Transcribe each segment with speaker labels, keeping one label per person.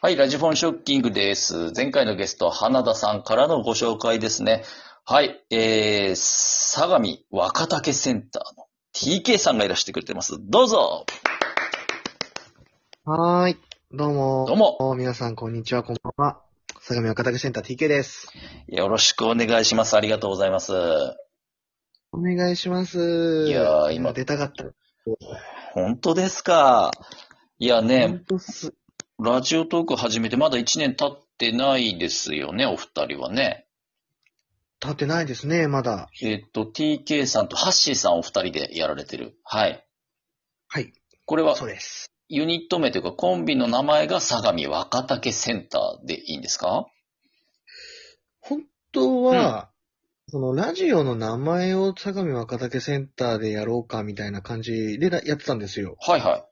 Speaker 1: はい、ラジフォンショッキングです。前回のゲスト、花田さんからのご紹介ですね。はい、えー、相模若竹センターの TK さんがいらしてくれてます。どうぞ
Speaker 2: はーい。どうも。
Speaker 1: どうも
Speaker 2: 皆さん、こんにちは、こんばんは。相模若竹センター TK です。
Speaker 1: よろしくお願いします。ありがとうございます。
Speaker 2: お願いします。
Speaker 1: いやー今
Speaker 2: 出たかった。
Speaker 1: 本当ですかいや
Speaker 2: ほ
Speaker 1: ね
Speaker 2: ん、とっす。
Speaker 1: ラジオトーク始めてまだ1年経ってないですよね、お二人はね。
Speaker 2: 立ってないですね、まだ。
Speaker 1: えっと、TK さんとハッシーさんお二人でやられてる。はい。
Speaker 2: はい。
Speaker 1: これは
Speaker 2: そうです。
Speaker 1: ユニット名というかコンビの名前が相模若竹センターでいいんですか
Speaker 2: 本当は、その、ラジオの名前を相模若竹センターでやろうか、みたいな感じでやってたんですよ。
Speaker 1: はいは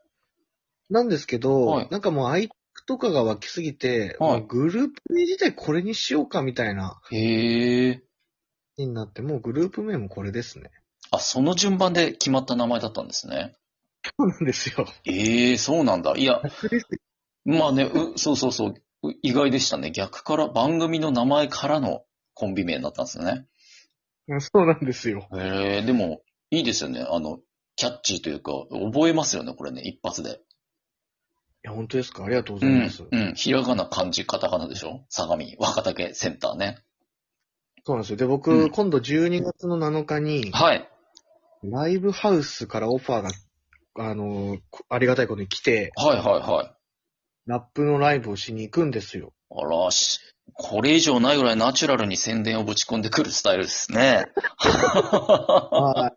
Speaker 2: なんですけど、
Speaker 1: はい
Speaker 2: なんかもう、アイとかが湧きすぎて、
Speaker 1: はい
Speaker 2: もうグループ名自体これにしようか、みたいな、
Speaker 1: い。へえ。
Speaker 2: になって、もうグループ名もこれですね。
Speaker 1: あ、その順番で決まった名前だったんですね。
Speaker 2: そうなんです よ。
Speaker 1: ええそうなんだ。いや、
Speaker 2: 楽です
Speaker 1: まあね、う、そうそうそう。う意外でしたね。逆から、番組の名前からのコンビ名だったんですね。
Speaker 2: うんそうなんですよ。
Speaker 1: へえ、でも、いいですよね。あの、キャッチーというか、覚えますよね、これね、一発で。
Speaker 2: いや、本当ですかありがとうご
Speaker 1: う
Speaker 2: ざいま
Speaker 1: ん
Speaker 2: す。。
Speaker 1: うん。ひらがな、漢字、カタカナでしょ相模、若竹センターね。
Speaker 2: そうなんですよ。で、僕、
Speaker 1: うん
Speaker 2: 今度12月の7日に、
Speaker 1: はい。
Speaker 2: ライブハウスからオファーが、あのーこありがたいことに来て、
Speaker 1: はいはいはい。
Speaker 2: ラップのライブをしに行くんですよ。
Speaker 1: あらし、これ以上ないぐらいナチュラルに宣伝をぶち込んでくるスタイルです ね。は
Speaker 2: はい。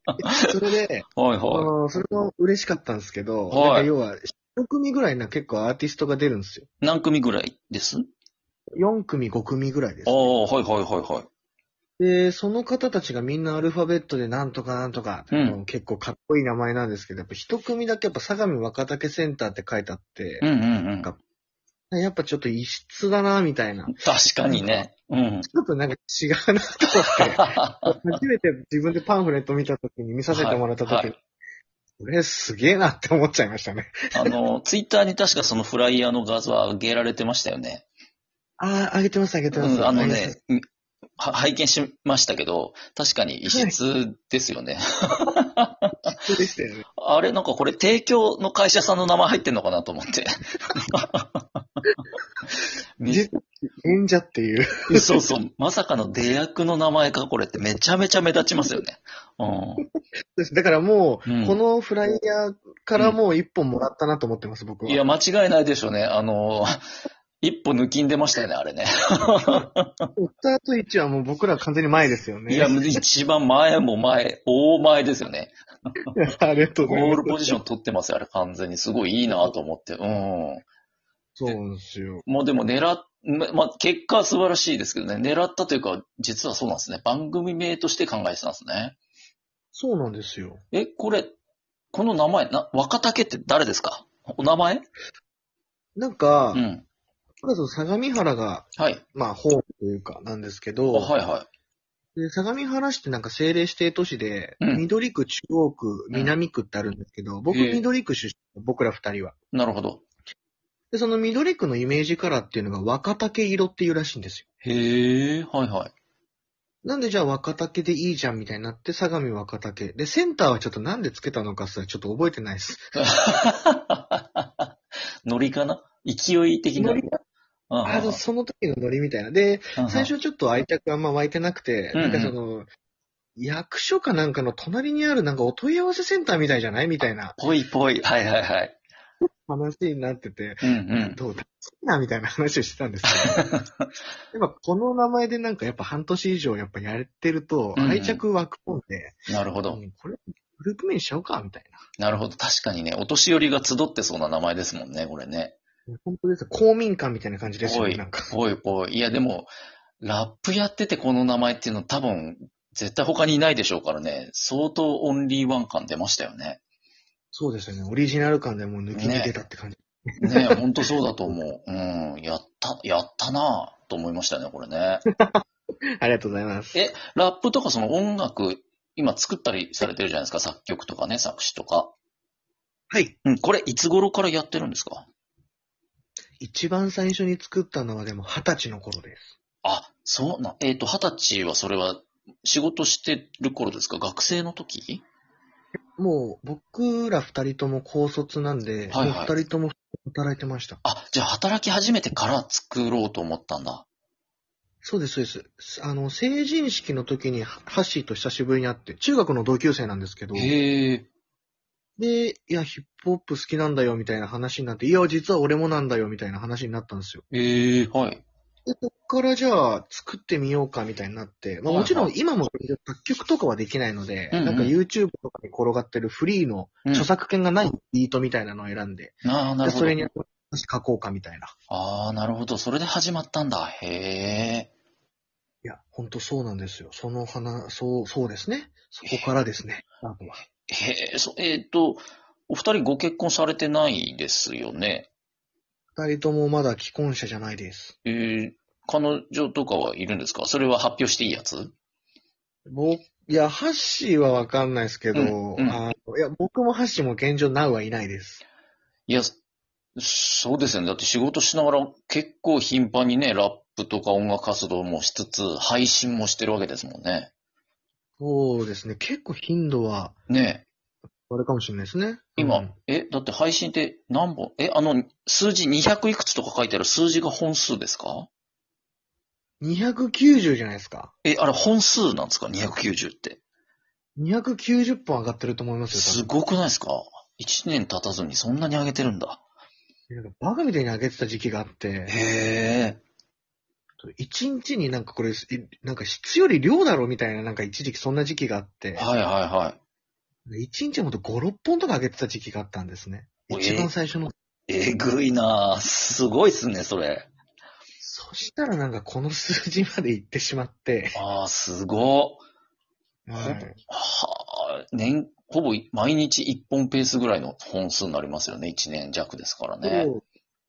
Speaker 2: それ で、
Speaker 1: いはい。
Speaker 2: あのーそれも嬉しかったんですけど、
Speaker 1: はい
Speaker 2: なんか要は、4組ぐらいな結構アーティストが出るんですよ。
Speaker 1: 何組ぐらいです
Speaker 2: 4組、5組ぐらいです
Speaker 1: あ。あ、はいはいはいはい。
Speaker 2: で、その方たちがみんなアルファベットでなんとかなんとか、
Speaker 1: うん
Speaker 2: あの結構かっこいい名前なんですけど、やっぱ一組だけやっぱ相模若竹センターって書いてあって、
Speaker 1: うんうんうん。確
Speaker 2: かやっぱちょっと異質だな、みたいな。ち
Speaker 1: かにね。うん。
Speaker 2: ょっとなんか違うなと思って、初めて自分でパンフレット見たときに、見させてもらったときに、
Speaker 1: はいはい
Speaker 2: これすげえなって思っちゃいましたね。
Speaker 1: あの、ツイッターに確かそのフライヤーの画像は上げられてましたよね。
Speaker 2: ああ、あげてます、あげて
Speaker 1: う
Speaker 2: ます。
Speaker 1: ん、あの
Speaker 2: あげてます
Speaker 1: ね、うんは拝見しましたけど、確かに異質ですよね。
Speaker 2: そうでしたよね。
Speaker 1: あれ、なんかこれ提供の会社さんの名前入ってんのかなと思 って。
Speaker 2: 実は演者っていう。
Speaker 1: そうそう。まさかの出役の名前か、これってめちゃめちゃ目立ちますよね。うん。
Speaker 2: だからもう、
Speaker 1: うん
Speaker 2: このフライヤーからもう一本もらったなと思ってます、僕は。
Speaker 1: いや、間違いないでしょうね。あの、一歩抜きんでましたよね、あれね。
Speaker 2: スタート1はもう僕ら完全に前ですよね。
Speaker 1: いや、一番前も前、大前ですよね。
Speaker 2: ありがとうご
Speaker 1: ゴ
Speaker 2: ざい
Speaker 1: ー
Speaker 2: ま
Speaker 1: ル
Speaker 2: す。
Speaker 1: ポジション取ってますよ、あれ完全に。すごいいいなと思って。う
Speaker 2: そうなんですよ。
Speaker 1: ん。もうでも狙っ、まま、結果は素晴らしいですけどね。狙ったというか、実はそうなんですね。番組名として考えてたんですね。
Speaker 2: そうなんですよ。
Speaker 1: え、これ、この名前、な、若竹って誰ですかお名前
Speaker 2: なんか、
Speaker 1: うん。
Speaker 2: まず相模原が、
Speaker 1: はい。
Speaker 2: まあ、ホームというか、なんですけ
Speaker 1: あ
Speaker 2: ど、
Speaker 1: はいはい。
Speaker 2: で、相模原市ってなんか政令指定都市で、
Speaker 1: うん
Speaker 2: 緑区、中央区、
Speaker 1: うん
Speaker 2: 南区ってあるんですけど、僕
Speaker 1: ええ
Speaker 2: 緑区出身、僕ら二人は。
Speaker 1: なるほど。
Speaker 2: で、その緑区のイメージカラーっていうのが若竹色っていうらしいんですよ。
Speaker 1: へえ、はいはい。
Speaker 2: なんでじゃあ若竹でいいじゃんみたいになって、相模若竹。で、センターはちょっとなんでつけたのかすらちょっと覚えてないです。
Speaker 1: ノリかな勢い的な。
Speaker 2: ノリ
Speaker 1: あ
Speaker 2: あの、その時のノリみたいな。で、最初ちょっと愛着あんま湧いてなくて、
Speaker 1: うんう
Speaker 2: なんんかその、役所かなんかの隣にあるなんかお問い合わせセンターみたいじゃないみたいな
Speaker 1: ぽいぽい。はいはいはい。
Speaker 2: 話になってて、
Speaker 1: うんうん。
Speaker 2: どうだ好きなみたいな話をしてたんですけど、やっぱこの名前でなんかやっぱ半年以上やっぱやってると
Speaker 1: うんうん
Speaker 2: 愛着湧くもんで、
Speaker 1: なるほど。
Speaker 2: うんこれグループ名にしようかみたい
Speaker 1: なるほど。確かにね、お年寄りが集ってそうな名前ですもんね、これね。
Speaker 2: な。本当です。公民館みたいな感じですよ
Speaker 1: ぽ
Speaker 2: ね、
Speaker 1: い
Speaker 2: なんか。。
Speaker 1: ぽいぽい。いや、でも、ラップやっててこの名前っていうの多分、絶対他にいないでしょうからね、相当オンリーワン感出ましたよね。
Speaker 2: そうですよね。オリジナル感でもう抜きに出たって感じ。
Speaker 1: ねえ、ほんとそうだと思う。うん。やった、やったなぁ、と思いましたね、これね。
Speaker 2: ありがとうございます。
Speaker 1: え、ラップとかその音楽、今作ったりされてるじゃないですか、作曲とかね、作詞とか。
Speaker 2: はい。
Speaker 1: うん、これいつ頃からやってるんですか
Speaker 2: 一番最初に作ったのはでも二十歳の頃です。
Speaker 1: あ、そうな、えっ、と、二十歳はそれは仕事してる頃ですか学生の時
Speaker 2: もう僕ら二人とも高卒なんで、
Speaker 1: はいはい
Speaker 2: もう二人とも働いてました。
Speaker 1: あ、じゃあ働き始めてから作ろうと思ったんだ。
Speaker 2: そうです、そうです。あの、成人式の時にハハッシーと久しぶりに会って、中学の同級生なんですけど、
Speaker 1: へえ。
Speaker 2: で、いや、ヒップホップ好きなんだよ、みたいな話になって、いや、実は俺もなんだよ、みたいな話になったんですよ。
Speaker 1: へえ、はい。
Speaker 2: で、そっからじゃあ、作ってみようか、みたいになって、ま
Speaker 1: はいは
Speaker 2: あ
Speaker 1: い
Speaker 2: もちろん今も作曲とかはできないので、
Speaker 1: うんうん
Speaker 2: なんか YouTube とかに転がってるフリーの
Speaker 1: うん
Speaker 2: 著作権がないビートみたいなのを選んで、
Speaker 1: なあ、なる
Speaker 2: で
Speaker 1: ほ
Speaker 2: そ
Speaker 1: ど
Speaker 2: れ。に書こうか、みたいな。
Speaker 1: ああ、なるほど。それで始まったんだ。へえ。
Speaker 2: いや、ほんとそうなんですよ。その花、そう、そうですね。そこからですね。スタートは
Speaker 1: へえ、そえっ、と、お二人ご結婚されてないですよね。
Speaker 2: 二人ともまだ既婚者じゃないです。
Speaker 1: えー、彼女とかはいるんですかそれは発表していいやつ
Speaker 2: 僕、いや、ハッシーはわかんないですけど、
Speaker 1: うんうん
Speaker 2: あのいや、僕もハッシーも現状ナウはいないです。
Speaker 1: いや、そうですよね。だって仕事しながら結構頻繁にね、ラップとか音楽活動もしつつ、配信もしてるわけですもんね。
Speaker 2: そうですね。結構頻度は、
Speaker 1: ね
Speaker 2: あれかもしれないですね。
Speaker 1: え今、
Speaker 2: うん
Speaker 1: え、だって配信って何本え、あの、数字200いくつとか書いてある数字が本数ですか
Speaker 2: 290じゃないですか。
Speaker 1: え、あれ本数なんですか ?290 って。
Speaker 2: 290本上がってると思いますよ。
Speaker 1: す
Speaker 2: 多分
Speaker 1: ごくないですか ?1 年経たずにそんなに上げてるんだ。
Speaker 2: なんかバカみたいに上げてた時期があって、
Speaker 1: へえ。
Speaker 2: 一日になんかこれ、いなんか質より量だろみたいな、なんか一時期そんな時期があって、
Speaker 1: はいはいはい。
Speaker 2: 一日ほんと5、6本とか上げてた時期があったんですね。
Speaker 1: えー
Speaker 2: 一番最初の。
Speaker 1: えぐいなぁ。すごいっすね、それ。
Speaker 2: そしたらなんかこの数字まで行ってしまって、
Speaker 1: ああ、すごっ。
Speaker 2: はい
Speaker 1: はあ、年、ほぼ毎日1本ペースぐらいの本数になりますよね。1年弱ですからね。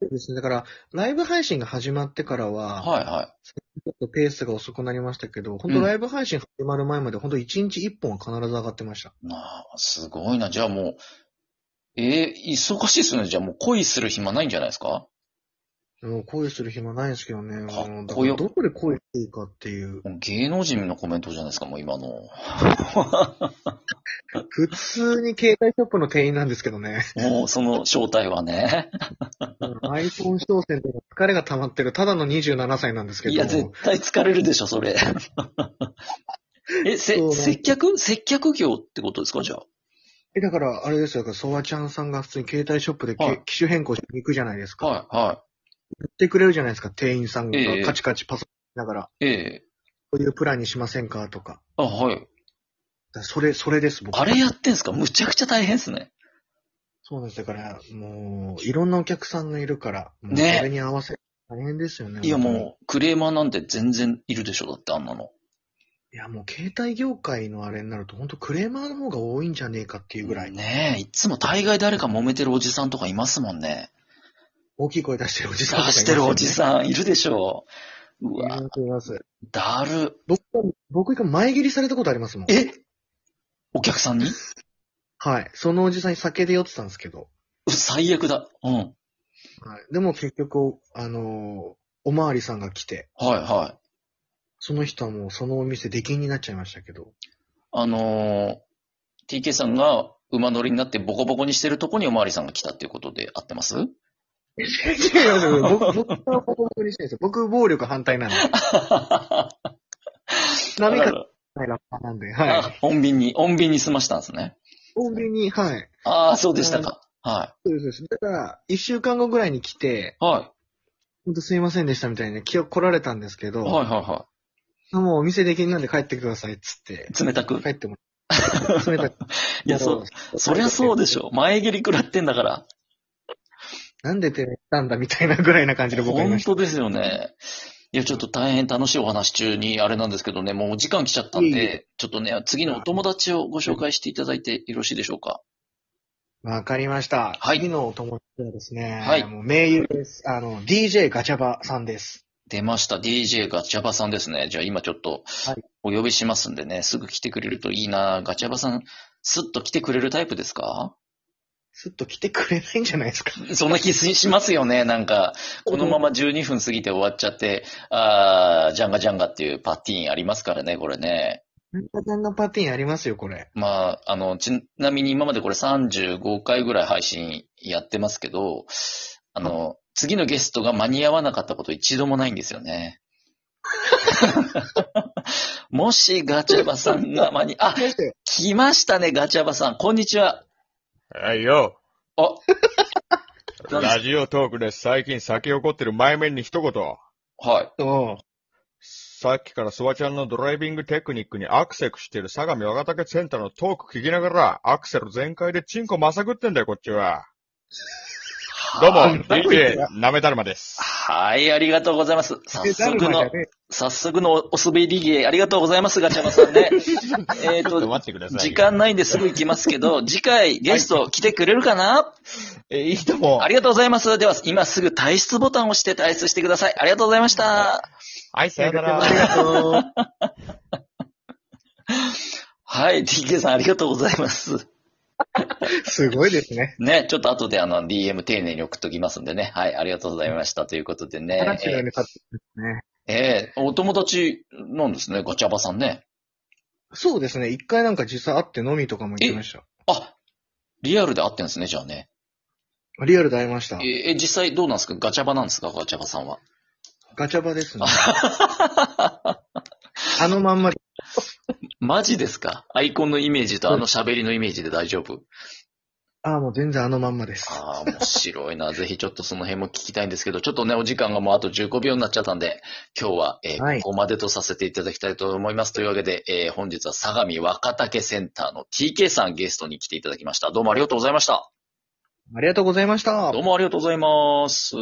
Speaker 2: そうですね。だから、ライブ配信が始まってからは、
Speaker 1: はいは
Speaker 2: ちょっとペースが遅くなりましたけど、本当
Speaker 1: うん
Speaker 2: ライブ配信始まる前まで、本当一日一本は必ず上がってました。
Speaker 1: い。なあ、すごいな。じゃあもう、えー、忙しいっすね。じゃあもう恋する暇ないんじゃないですか
Speaker 2: もう恋する暇ないんですけどね。
Speaker 1: かっこよ
Speaker 2: もうだからどこで恋していいかっていう。
Speaker 1: もう芸能人のコメントじゃないですか、もう今の。
Speaker 2: 普通に携帯ショップの店員なんですけどね。
Speaker 1: もうその正体はね。
Speaker 2: アイコン商戦で疲れが溜まってる、ただの27歳なんですけど。
Speaker 1: いや、絶対疲れるでしょ、 それ。え、
Speaker 2: そうなん
Speaker 1: せ、
Speaker 2: です
Speaker 1: 接客接客業ってことですかじゃあ。
Speaker 2: えだから、あれですよ、だからソワちゃんさんが普通に携帯ショップでけ、
Speaker 1: はい
Speaker 2: 機種変更しに行くじゃないですか。や
Speaker 1: はい、は
Speaker 2: ってくれるじゃないですか、店員さんが
Speaker 1: ええ
Speaker 2: カチカチパソコンしながら、
Speaker 1: い。ええ
Speaker 2: こういうプランにしませんかとか。
Speaker 1: あ、はい。
Speaker 2: だからそれ、それです、僕。
Speaker 1: あれやってんすかむちゃくちゃ大変っすね。
Speaker 2: そうなんです。だから、もう、いろんなお客さんがいるから、もう
Speaker 1: ね
Speaker 2: それに合わせ、大変ですよね。
Speaker 1: いや
Speaker 2: 本当に
Speaker 1: もう、クレーマーなんて全然いるでしょ、だってあんなの。
Speaker 2: いや、もう携帯業界のあれになると、本当クレーマーの方が多いんじゃねえかっていうぐらい、
Speaker 1: ねえ、いつも大概誰か揉めてるおじさんとかいますもんね。
Speaker 2: 大きい声出してるおじ
Speaker 1: 出
Speaker 2: さんとかいます
Speaker 1: し
Speaker 2: よ
Speaker 1: て
Speaker 2: ね
Speaker 1: るおじさんいるでしょう。う
Speaker 2: い
Speaker 1: わ、
Speaker 2: ますいます。
Speaker 1: だる。
Speaker 2: 僕は、僕一回前蹴りされたことありますもん。
Speaker 1: えお客さんに
Speaker 2: はい。そのおじさんに酒で酔ってたんですけど。
Speaker 1: う最悪だ。うん。はい
Speaker 2: はい。でも結局、あのーおまわりさんが来て、
Speaker 1: はい。
Speaker 2: その人はもうそのお店出禁になっちゃいましたけど。
Speaker 1: あのー、TK さんが馬乗りになってボコボコにしてるとこにおまわりさんが来たっていうことで合って ます
Speaker 2: 違う違う違う僕、僕はボコボコにしてないですよ。僕、暴力反 対なんで。波がないラッパーなんで。は
Speaker 1: あ
Speaker 2: い。
Speaker 1: 穏便に、穏便に済ましたんですね。
Speaker 2: コンビニ、はい。
Speaker 1: ああ、そうでしたか。は
Speaker 2: そうですそうです。だから、一週間後ぐらいに来て、
Speaker 1: い。は
Speaker 2: ほんとすいませんでしたみたいな、気を来られたんですけ
Speaker 1: い。
Speaker 2: ど、
Speaker 1: はいはいは
Speaker 2: あもうお店出禁なんで帰ってくださいっつって、
Speaker 1: い。冷たく
Speaker 2: 帰。ってもらって。冷 たく。
Speaker 1: いや、そう、そりゃそうでしょ。前蹴り食らってんだから。
Speaker 2: なんでてめたんだみたいなぐらいな感じで僕はいま
Speaker 1: 本
Speaker 2: した。
Speaker 1: 当ですよね。いや、ちょっと大変楽しいお話中にあれなんですけどね、もうお時間来ちゃったん
Speaker 2: いえい
Speaker 1: で、ちょっとね、次のお友達をご紹介していただいてよろしいでしょうか。
Speaker 2: わかりました。
Speaker 1: はい
Speaker 2: 次のお友達はですね、
Speaker 1: はい
Speaker 2: もう名優です。あの、DJ ガチャバさんです。
Speaker 1: 出ました。DJ ガチャバさんですね。じゃあ今ちょっと
Speaker 2: はい
Speaker 1: お呼びしますんでね、すぐ来てくれるといいな。ガチャバさん、スッと来てくれるタイプですか
Speaker 2: すっと来てくれないんじゃないですか。
Speaker 1: そんな気ししますよね。なんか、このまま12分過ぎて終わっちゃって、あー、ジャンガジャンガっていうパティーンありますからね、これね。
Speaker 2: なんかんのパティーンありますよ、これ。
Speaker 1: まあ、あの、ちなみに今までこれ35回ぐらい配信やってますけど、あの、次のゲストが間に合わなかったこと一度もないんですよね。もしガチャバさんが間に、あ、来ましたね、ガチャバさん。こんにちは。
Speaker 3: はいよ。
Speaker 1: あ、なんです
Speaker 3: ラジオトークです。最近酒起こってる前面に一言。
Speaker 1: はい。
Speaker 2: そ
Speaker 3: さっきからソワちゃんのドライビングテクニックにアクセクしてる相模若竹センターのトーク聞きながら、アクセル全開でチンコまさぐってんだよ、こっちは。どうも、DJ なめだるまです。
Speaker 1: はい、ありがとうございます。
Speaker 2: う。
Speaker 1: 早速
Speaker 2: ダルマじ
Speaker 1: の
Speaker 2: ゃ、ね
Speaker 1: 早速のおお滑り芸、ありがとうございます、ガチャマさん ね。えっ
Speaker 3: ちょっと
Speaker 1: と、
Speaker 3: 待ってくださいよ。
Speaker 1: 時間ないんですぐ行きますけど、次回ゲスト来てくれるかな、
Speaker 3: え、いいとも。
Speaker 1: ありがとうございます。では、今すぐ退出ボタンを押して退出してください。ありがとうございました。
Speaker 3: はい、さよなら
Speaker 2: あ。りがとう。
Speaker 1: はい、TK さんありがとうございます。
Speaker 2: すごいですね。
Speaker 1: ね、ちょっと後であの、DM 丁寧に送っときますんでね。はい、ありがとうございました。ということでね。
Speaker 2: 話がね、立って
Speaker 1: えーえーお友達なんですね、ガチャバさんね。
Speaker 2: そうですね。一回なんか実際会って飲みとかも行きました。
Speaker 1: あ、リアルで会ってんですね、じゃあね。
Speaker 2: リアルで会いました。
Speaker 1: ええ、実際どうなんですかガチャバなんですかガチャバさんは。
Speaker 2: ガチャバですね。あのまんまで。
Speaker 1: マジですかアイコンのイメージとあの喋りのイメージで大丈夫
Speaker 2: ああ、もう全然あのまんまです。
Speaker 1: ああ、面白 いな。ぜひちょっとその辺も聞きたいんですけど、ちょっとね、お時間がもうあと15秒になっちゃったんで、今日は、えー
Speaker 2: はい
Speaker 1: ここまでとさせていただきたいと思います。というわけで、えー本日は相模若竹センターの TK さんゲストに来ていただきました。どうもありがとうございました。
Speaker 2: ありがとうございました
Speaker 1: どう。もありがとうございます。